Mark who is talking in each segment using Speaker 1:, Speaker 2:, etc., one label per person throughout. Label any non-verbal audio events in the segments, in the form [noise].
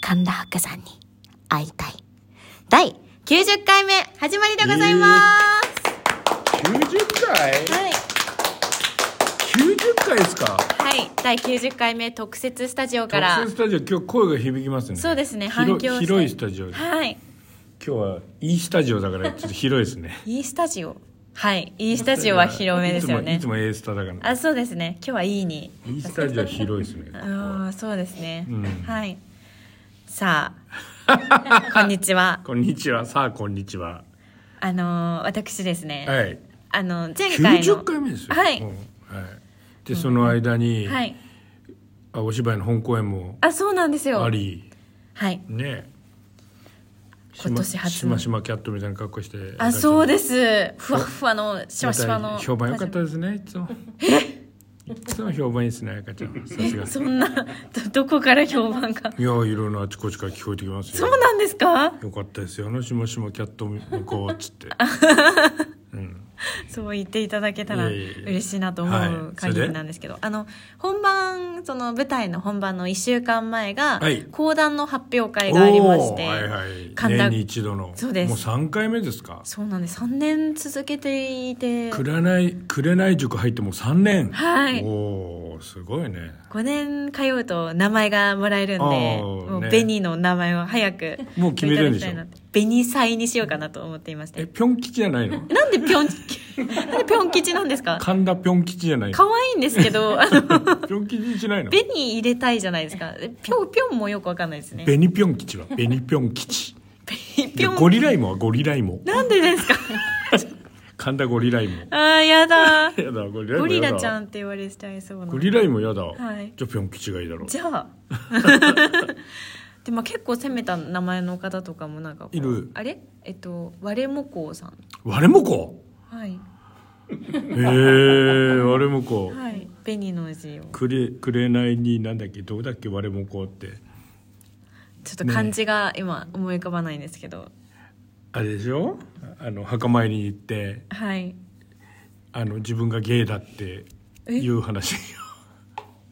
Speaker 1: 神田伯山に会いたい。第90回目、始まりでございます。
Speaker 2: 90回
Speaker 1: はい。
Speaker 2: 90回ですか
Speaker 1: はい。第90回目、特設スタジオ
Speaker 2: 特
Speaker 1: から
Speaker 2: 設。スタジオ今日声が響きますね
Speaker 1: そうですね、
Speaker 2: 広
Speaker 1: 反響して
Speaker 2: 広いスタジオ今
Speaker 1: はい。
Speaker 2: 日はいいスタジオだからちょっと広いですね
Speaker 1: いいスタジオ。はい。いいスタジオは広めですよね
Speaker 2: いつ。もいつも A スタだから
Speaker 1: あ、そうですね。今日はいいに。
Speaker 2: いいスタジオ広いですね
Speaker 1: ああ、そうですね。
Speaker 2: うん
Speaker 1: はい。さ
Speaker 2: [laughs]
Speaker 1: あ、こんにちは。
Speaker 2: こんにちはさあこんにちは
Speaker 1: あのー私ですね。
Speaker 2: はい
Speaker 1: あの前回の
Speaker 2: 90回目ですよ
Speaker 1: はい
Speaker 2: うんはいでその間に
Speaker 1: はい。
Speaker 2: あお芝居の本公演も
Speaker 1: あ、そうなんですよ。
Speaker 2: あり
Speaker 1: はい。
Speaker 2: ねしま
Speaker 1: 今年初の
Speaker 2: しましまキャットみたいな格好して
Speaker 1: あ、そう
Speaker 2: す
Speaker 1: です。ふわっふわのしわしわ
Speaker 2: ま
Speaker 1: の。
Speaker 2: た評判良かったですねいつもいつも評判いいですね赤ちゃんはさすが
Speaker 1: そんなどどこから評判が。
Speaker 2: いやいろんなあちこちから聞こえてきます
Speaker 1: そ
Speaker 2: よ
Speaker 1: うなんですか。
Speaker 2: よかったですよあのしましまキャット向こうっつ
Speaker 1: [laughs]
Speaker 2: って
Speaker 1: そう言っていただけたら
Speaker 2: いえいえいえ
Speaker 1: 嬉しいなと
Speaker 2: はい
Speaker 1: 思う限りなんですけど、あの本番その舞台の本番の1週間前が、
Speaker 2: はい
Speaker 1: 講談の発表会がありまして、
Speaker 2: おーはいはい
Speaker 1: 神田
Speaker 2: 年に一度の
Speaker 1: そうです
Speaker 2: もう3回目ですか
Speaker 1: そうなんです3年続けていて
Speaker 2: くれないくれない塾入ってもう3年
Speaker 1: はい
Speaker 2: おおすごいね
Speaker 1: 5年通うと名前がもらえるんで、
Speaker 2: あー
Speaker 1: もう
Speaker 2: ね
Speaker 1: 紅の名前を早く
Speaker 2: もう決めるんでしょ
Speaker 1: いただきたいなって紅祭にしようかなと思っていまして
Speaker 2: えぴょん吉じゃないの
Speaker 1: なんでぴょんなんでぴょん吉なんですか
Speaker 2: 神田ぴょん吉じゃないの
Speaker 1: 可愛いんですけどあの
Speaker 2: ぴょん吉にしないの
Speaker 1: 紅入れたいじゃないですかえぴょんぴょんもよくわかんないですね
Speaker 2: 紅ぴょん吉は紅ぴょん吉
Speaker 1: ぴ
Speaker 2: で
Speaker 1: ょん
Speaker 2: ゴリライモはゴリライモ
Speaker 1: なんでですか
Speaker 2: 神田ゴリライモ
Speaker 1: あーやだ
Speaker 2: [laughs] やだゴリライモやだ
Speaker 1: ゴリラちゃんって言われちゃいそうな
Speaker 2: ゴリライもやだ、
Speaker 1: はい
Speaker 2: じゃあぴょん吉がいいだろう
Speaker 1: じゃあ [laughs] でも結構攻めた名前の方とかもなんかこう
Speaker 2: いる
Speaker 1: あれえっと我もこうさん
Speaker 2: 我
Speaker 1: [laughs]
Speaker 2: もこ
Speaker 1: はい
Speaker 2: へえ我もこ
Speaker 1: はい紅の字を
Speaker 2: くれくれないになんだっけどうだっけ我もこって
Speaker 1: ちょっと漢字が今思い浮かばないんですけど、
Speaker 2: あれでしょあの墓参りに行って
Speaker 1: はい
Speaker 2: あの自分がゲイだっていう話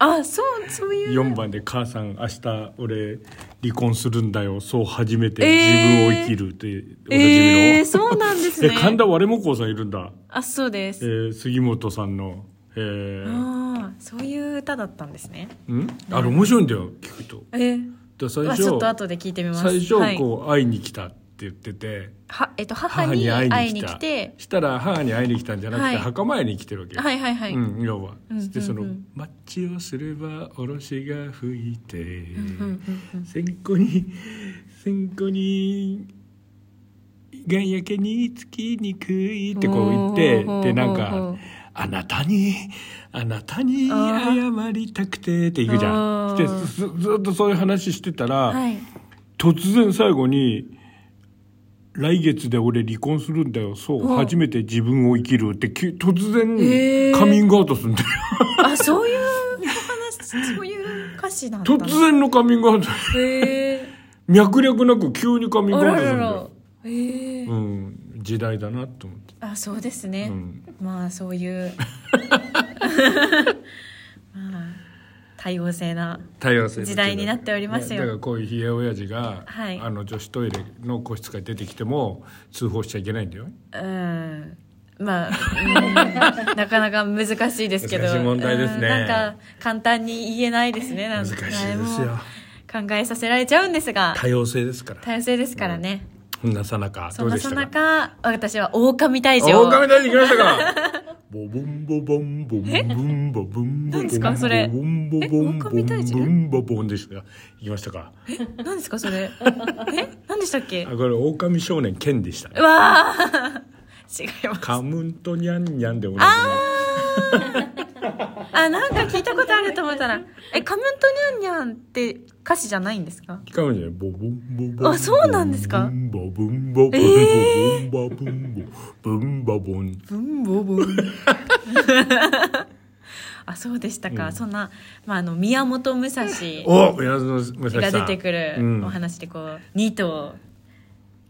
Speaker 1: あそうそういう
Speaker 2: 4番で「母さん明日俺離婚するんだよそう初めて
Speaker 1: えー
Speaker 2: 自分を生きる」っておなじみの、
Speaker 1: え
Speaker 2: [laughs]
Speaker 1: ー、そうなんですね
Speaker 2: え神田我もこさんいるんだ、
Speaker 1: あそうで
Speaker 2: え
Speaker 1: す、
Speaker 2: ー杉本さんのえー、
Speaker 1: ああそういう歌だったんですね
Speaker 2: んあれ面白いんだよ聞くと
Speaker 1: えー、
Speaker 2: で最
Speaker 1: まあ
Speaker 2: 初
Speaker 1: ちょっと後で聞いてみます
Speaker 2: 最初
Speaker 1: はい
Speaker 2: こう会いに来たって言ってて
Speaker 1: はえっと、母
Speaker 2: 母
Speaker 1: に
Speaker 2: に
Speaker 1: 会
Speaker 2: 会
Speaker 1: い
Speaker 2: い
Speaker 1: に
Speaker 2: に
Speaker 1: 来
Speaker 2: 来
Speaker 1: て
Speaker 2: てしたら母に会いに来たんじゃなく
Speaker 1: はい
Speaker 2: て墓参りに来てるわけよ
Speaker 1: はいはいはい、
Speaker 2: うん要は
Speaker 1: うん
Speaker 2: でその
Speaker 1: うんうん
Speaker 2: 「マッチをすればおろしが吹いて
Speaker 1: うんうん
Speaker 2: 線香に線香にがやけにつきにくい」ってこう言って
Speaker 1: ほうほうほうほう
Speaker 2: でなんか「あなたにあなたに謝りたくて」って行くじゃ
Speaker 1: あ
Speaker 2: ん。
Speaker 1: ー
Speaker 2: でずずっとそういう話してたら、
Speaker 1: はい
Speaker 2: 突然最後に「来月で俺離婚するんだよそう
Speaker 1: うん
Speaker 2: 初めて自分を生きる」ってき突
Speaker 1: へー
Speaker 2: 然カミングアウトするんだよ
Speaker 1: あそういう話そういう歌詞なんだ
Speaker 2: 突然のカミングアウト
Speaker 1: へえ
Speaker 2: [laughs] 脈略なく急にカミン
Speaker 1: あ
Speaker 2: グアウ
Speaker 1: ら
Speaker 2: トする
Speaker 1: ら
Speaker 2: んだ
Speaker 1: ら
Speaker 2: よ、
Speaker 1: へえ
Speaker 2: うん、時代だなと思って、
Speaker 1: あそうですね、
Speaker 2: うん、
Speaker 1: まあそういう [laughs]
Speaker 2: [laughs]
Speaker 1: まあ多様性な
Speaker 2: 多様性の
Speaker 1: 時代になっておりますよ
Speaker 2: ねだからこういうひげ親父が、
Speaker 1: はい
Speaker 2: あの女子トイレの個室から出てきても通報しちゃいけないんだよ
Speaker 1: うんまあ、うんなかなか難しいですけど
Speaker 2: 難しい問題です
Speaker 1: う
Speaker 2: ね
Speaker 1: んなんか簡単に言えないですねなん
Speaker 2: 難しいですよ
Speaker 1: 考えさせられちゃうんですが
Speaker 2: 多様性ですから
Speaker 1: 多様性ですからね、
Speaker 2: そんなさなか
Speaker 1: そん
Speaker 2: どう
Speaker 1: な
Speaker 2: でし
Speaker 1: さ
Speaker 2: た
Speaker 1: な
Speaker 2: か
Speaker 1: か私は狼大
Speaker 2: あ
Speaker 1: 将
Speaker 2: 狼大臣来ましたかボボンボボンボンボンボボンボ
Speaker 1: 何
Speaker 2: ン
Speaker 1: ですかそれ
Speaker 2: ボンボボンボ
Speaker 1: え狼
Speaker 2: ンボ
Speaker 1: 大
Speaker 2: ン
Speaker 1: 臣
Speaker 2: ボンボボンでしたか行きましたか
Speaker 1: 何ですかそ
Speaker 2: [laughs]
Speaker 1: れえ何でしたっけ
Speaker 2: あこれ狼少年ケンでしたね
Speaker 1: うわー違います
Speaker 2: カムンとニャンニャンでおな
Speaker 1: あーあなんか聞いたことあると思ったら「えカムントニャンニャン」って歌詞じゃないんですか
Speaker 2: じみカムンじゃないボボンボボン
Speaker 1: あそうなんですか
Speaker 2: ボボンボボンボ
Speaker 1: え
Speaker 2: ボンボボンボボンボボン
Speaker 1: ブンボブンあそうでしたか、そんな、まあ、あの宮本武蔵
Speaker 2: お宮園武蔵
Speaker 1: が
Speaker 2: さん
Speaker 1: 出てくる
Speaker 2: うん
Speaker 1: お話でこう2頭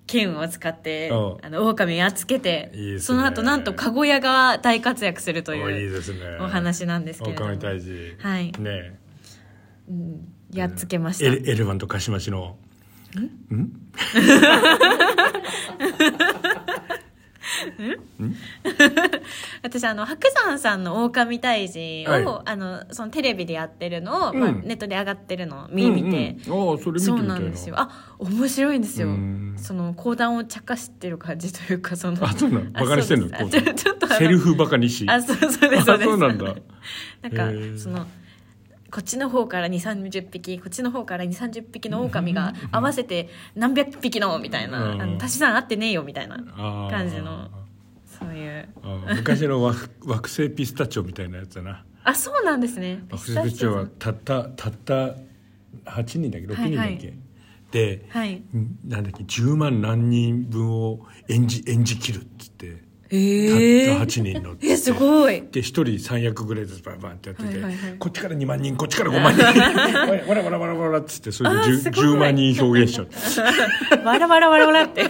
Speaker 1: 剣を使って
Speaker 2: うん
Speaker 1: あの狼やっつけて
Speaker 2: いいですね
Speaker 1: その後なんと籠屋が大活躍すると
Speaker 2: おいい
Speaker 1: いう
Speaker 2: ですね
Speaker 1: お話なんですけれども
Speaker 2: 狼大臣
Speaker 1: はい
Speaker 2: ねえ
Speaker 1: うんやっつけまし
Speaker 2: エ
Speaker 1: た
Speaker 2: レエレファントカシマシのんん
Speaker 1: 私あの白山さんの狼退治を、
Speaker 2: はい
Speaker 1: あのそのテレビでやってるのを、
Speaker 2: うん
Speaker 1: まあ、ネットで上がってるのを見,、見て
Speaker 2: うんうんああそれ見てみたい
Speaker 1: そうなんですよあ面白いんですよ
Speaker 2: うん
Speaker 1: その講談を茶化してる感じというかその
Speaker 2: あそうなの
Speaker 1: あ
Speaker 2: バカにしてんの
Speaker 1: そう
Speaker 2: こ
Speaker 1: です
Speaker 2: う
Speaker 1: あちょちょっとあの
Speaker 2: セルフバカにし
Speaker 1: あそうそうですそうです
Speaker 2: あそうなんだ
Speaker 1: [laughs] なんか
Speaker 2: へー
Speaker 1: そのこっちの方から2 3 0匹こっちの方から2 3 0匹の狼が合わせて何百匹のみたいな、
Speaker 2: うん
Speaker 1: あの足し算合ってねえよみたいな
Speaker 2: あー
Speaker 1: 感じのそういう
Speaker 2: あ昔の惑 [laughs] 惑星ピスタチオみたいなやつだな
Speaker 1: あそうなんですね
Speaker 2: 惑星ピスタチオはたったたった8人だっけ6人だっけ、
Speaker 1: はいはい
Speaker 2: で、
Speaker 1: はい
Speaker 2: んなんだっけ10万何人分を演じ演じ切るっつって
Speaker 1: え
Speaker 2: たった8人のっつって
Speaker 1: えすごい [laughs]
Speaker 2: で一人三役ぐらいずつバンバンってやってて、
Speaker 1: はいはいはい
Speaker 2: こっちから2万人こっちから5万人
Speaker 1: [laughs]
Speaker 2: わらわらわらわらわらっつってそれで 10,
Speaker 1: あーすごい
Speaker 2: 10万人表現しちゃった
Speaker 1: わらわらわらわら
Speaker 2: [laughs]
Speaker 1: って。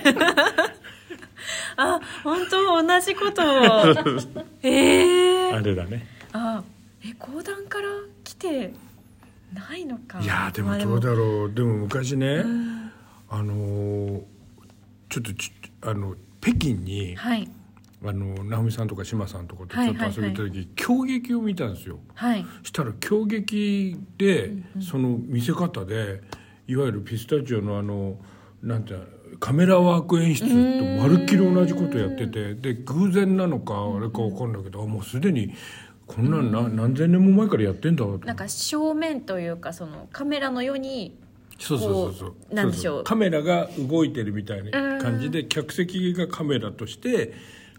Speaker 1: あ、本当同じこと
Speaker 2: [laughs]
Speaker 1: を。ええ
Speaker 2: あれだね
Speaker 1: あ、え、講談から来てないのか。
Speaker 2: いやーで
Speaker 1: まあ
Speaker 2: もどうだろうでも昔ね、
Speaker 1: うん
Speaker 2: あのーちょっとちあの北京に、
Speaker 1: はい。
Speaker 2: あの直美さんとか志麻さんとかとち
Speaker 1: はい
Speaker 2: ょっと遊びに行った時、京劇を見たんですよ
Speaker 1: はい。
Speaker 2: したら京劇で、その見せ方でいわゆるピスタチオのあのなんてカメラワーク演出とまるっきり同じことやっててで偶然なのかあれかわかんないけどあもうすでにこんなんな何千年も前からやってんだと思って
Speaker 1: なんか正面というか、そのカメラのように。
Speaker 2: そうそうそうそう
Speaker 1: こうなんでしょう
Speaker 2: そそカメラが動いてるみたいな感じで客席がカメラとして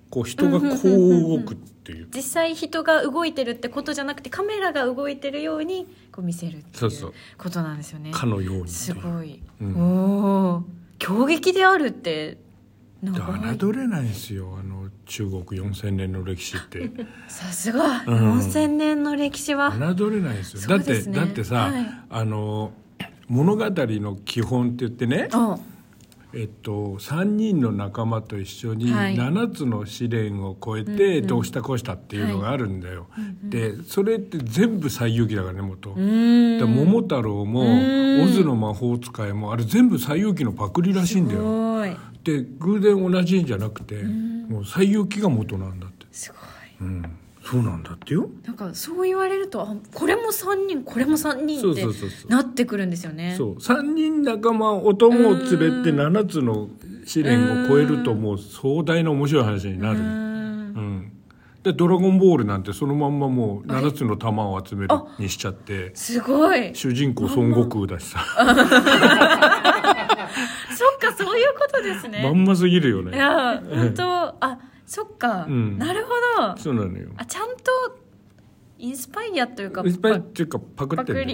Speaker 2: こう人がこう動くっていう
Speaker 1: 実際人が動いてるってことじゃなくて、カメラが動いてるように、こう見せるってい
Speaker 2: そうそう
Speaker 1: うことなんですよね。
Speaker 2: かのようにっていう
Speaker 1: すごい。
Speaker 2: うん
Speaker 1: おお、強撃であるって。なんか
Speaker 2: 侮れないんですよあの中国4,000年の歴史って
Speaker 1: [laughs] さすが、
Speaker 2: うん
Speaker 1: 4000年の歴史は。
Speaker 2: 侮れないんですよ
Speaker 1: そう
Speaker 2: だっ
Speaker 1: で
Speaker 2: て
Speaker 1: すね
Speaker 2: だってさ、
Speaker 1: はい
Speaker 2: あの物語の基本って言ってね、
Speaker 1: お
Speaker 2: えっと、3人の仲間と一緒に
Speaker 1: はい
Speaker 2: 7つの試練を超えてどうしたこうしたっていうのがあるんだよ、でそれって全部西遊記だからね元
Speaker 1: うーん
Speaker 2: だから桃太郎
Speaker 1: う
Speaker 2: も
Speaker 1: ん
Speaker 2: オズの魔法使いもあれ全部西遊記のパクリらしいんだ
Speaker 1: す
Speaker 2: よ
Speaker 1: ごい
Speaker 2: で偶然同じんじゃなくてもう西遊記が元なんだって
Speaker 1: すごい
Speaker 2: うんそうなんだってよ
Speaker 1: なんかそう言われるとあこれも3人これも3人
Speaker 2: そう
Speaker 1: って
Speaker 2: そうそうそう
Speaker 1: なってくるんですよね
Speaker 2: そう3人仲間お供を連れて7つの試練を超えるともう壮大な面白い話にな
Speaker 1: うーん
Speaker 2: るうんで「ドラゴンボール」なんてそのまんまもう7つの玉を集めるにしちゃって
Speaker 1: すごい
Speaker 2: 主人公孫悟空だしさ
Speaker 1: そっかそういうことです
Speaker 2: ま
Speaker 1: ね
Speaker 2: んますぎるよ
Speaker 1: い
Speaker 2: ね
Speaker 1: や本当あそっか、
Speaker 2: うん
Speaker 1: なるほど
Speaker 2: そうなのよ
Speaker 1: あちゃんとインスパイアというか
Speaker 2: いっぱいっていうかパクってる、ね、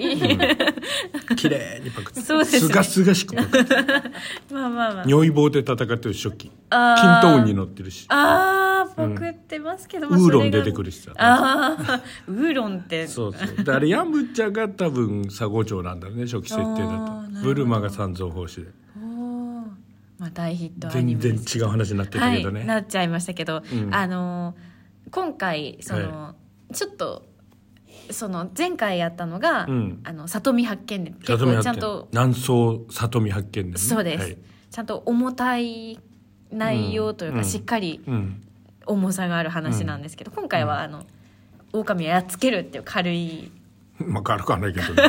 Speaker 2: うん綺麗にパクって
Speaker 1: そうですね
Speaker 2: すがすがしくパクってる
Speaker 1: [laughs] まあまあまあ
Speaker 2: 如意棒で戦ってる初期
Speaker 1: あ
Speaker 2: 均
Speaker 1: ー
Speaker 2: 等に乗ってるし
Speaker 1: ああ僕ってますけど、
Speaker 2: ウーロン出て
Speaker 1: る
Speaker 2: くるしさ
Speaker 1: ああウー [laughs] ロンって
Speaker 2: そうそうであれヤムチャが多分佐合町なんだろうね初期設定
Speaker 1: あ
Speaker 2: だ
Speaker 1: ーなるほ
Speaker 2: と
Speaker 1: ど
Speaker 2: ブルマが三蔵法師で
Speaker 1: おーまあ大ヒットアニ
Speaker 2: 全
Speaker 1: メで
Speaker 2: 然
Speaker 1: す
Speaker 2: 違う話になってたけど
Speaker 1: は
Speaker 2: ね、
Speaker 1: い、なっちゃいましたけど、
Speaker 2: うん
Speaker 1: あのー今回その、ちょっとその前回やったのが「
Speaker 2: うん
Speaker 1: あの里見発見」で結
Speaker 2: 里見
Speaker 1: 構ち
Speaker 2: 発
Speaker 1: ゃん
Speaker 2: 見
Speaker 1: と
Speaker 2: 南宋里見発見だよね
Speaker 1: そうです、
Speaker 2: はい
Speaker 1: ちゃんと重たい内容というか、
Speaker 2: うん
Speaker 1: しっかり
Speaker 2: うん、
Speaker 1: 重さがある話なんですけど、今回はあの狼をやっつけるっていう軽い
Speaker 2: まあ軽くはないけ
Speaker 1: [laughs]
Speaker 2: どね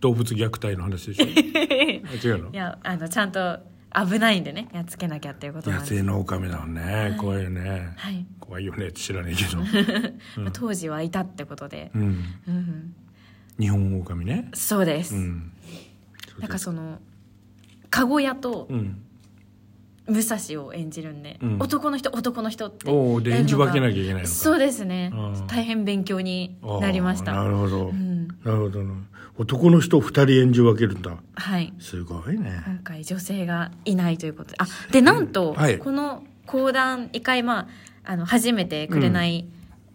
Speaker 2: 動物虐待の話でしょあ違うの
Speaker 1: いやあのちゃんと危ないんでねやっつけなきゃっていうことなん
Speaker 2: 野
Speaker 1: です
Speaker 2: 生の狼だもんね、怖いよね、
Speaker 1: はい
Speaker 2: 怖いよねって知らないけ
Speaker 1: [laughs]
Speaker 2: ど、
Speaker 1: まあ、当時はいたってことで、
Speaker 2: うん、
Speaker 1: うんうん
Speaker 2: 日本狼ね
Speaker 1: そうです、
Speaker 2: うん
Speaker 1: なんかその籠屋と
Speaker 2: うん
Speaker 1: 武蔵を演じるんで、
Speaker 2: うん
Speaker 1: 男の人男の人って
Speaker 2: おおで
Speaker 1: やる
Speaker 2: 演じ
Speaker 1: のが
Speaker 2: 分けなきゃいけないのか
Speaker 1: そうですね
Speaker 2: うん
Speaker 1: 大変勉強に
Speaker 2: あー
Speaker 1: なりまし
Speaker 2: な
Speaker 1: た
Speaker 2: るほど、
Speaker 1: ん
Speaker 2: なるほどな男の人2人演じ分けるんだ
Speaker 1: はい
Speaker 2: すごいね
Speaker 1: 今回女性がいないということであでなんと、
Speaker 2: はい
Speaker 1: この講談一回まああの初めて紅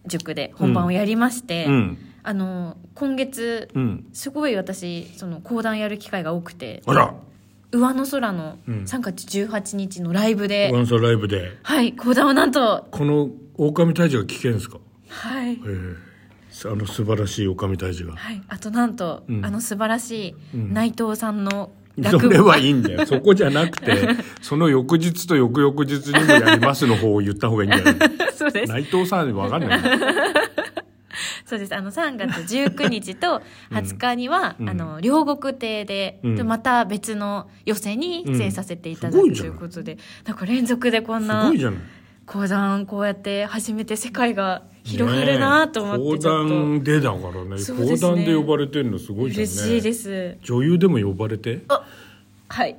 Speaker 1: 塾で本番をやりまして、
Speaker 2: うん
Speaker 1: あの今月
Speaker 2: うん
Speaker 1: すごい私その講談やる機会が多くて
Speaker 2: あら
Speaker 1: 上の空の
Speaker 2: うん
Speaker 1: 3月18日のライブで、
Speaker 2: ワンサーライブで
Speaker 1: はい講談をなんと
Speaker 2: この狼退治が聞けるんですか
Speaker 1: はい
Speaker 2: ええあの素晴らしい女将大事が
Speaker 1: はい、あとなんと、
Speaker 2: うん
Speaker 1: あの素晴らしい
Speaker 2: うん
Speaker 1: 内藤さんの
Speaker 2: そ
Speaker 1: 落
Speaker 2: れ
Speaker 1: 語、
Speaker 2: はいいんだよそこじゃなくてその翌日と翌々日にもやりますの方を言った方がいいんじゃない
Speaker 1: [laughs] そうです
Speaker 2: 内藤さんわかんない
Speaker 1: そうですあの3月19日と20日には、
Speaker 2: うん
Speaker 1: あの両国亭で,、
Speaker 2: うん
Speaker 1: でまた別の寄席に出演させていただ
Speaker 2: う
Speaker 1: く
Speaker 2: んすごいじ
Speaker 1: とい
Speaker 2: ゃないう
Speaker 1: ことで、なんか連続でこん
Speaker 2: す
Speaker 1: な
Speaker 2: ごいじゃない
Speaker 1: 講談こうやって初めて世界が広がるなと思って、
Speaker 2: ねえ
Speaker 1: ちょ
Speaker 2: 講
Speaker 1: っと
Speaker 2: 談でだからね
Speaker 1: そうで
Speaker 2: 講
Speaker 1: すね
Speaker 2: 談で呼ばれてるのすごいじゃんね
Speaker 1: 嬉しいです
Speaker 2: 女優でも呼ばれて
Speaker 1: はい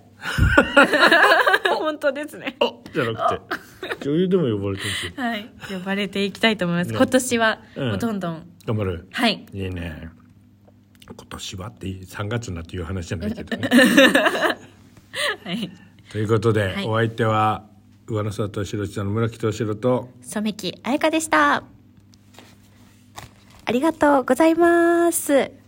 Speaker 2: [laughs]
Speaker 1: 本当ですね
Speaker 2: あじゃなくて女優でも呼ばれてるし
Speaker 1: はい呼ばれていきたいと思います、
Speaker 2: ね
Speaker 1: 今年は
Speaker 2: うん
Speaker 1: もうどんどん、
Speaker 2: 頑張る
Speaker 1: はい
Speaker 2: いいね今年はって3月になっていう話じゃない
Speaker 1: [laughs]
Speaker 2: けどね
Speaker 1: はい
Speaker 2: ということで、
Speaker 1: はい
Speaker 2: お相手は上野沢敏郎さんの村木敏郎と
Speaker 1: 染木彩香でしたありがとうございます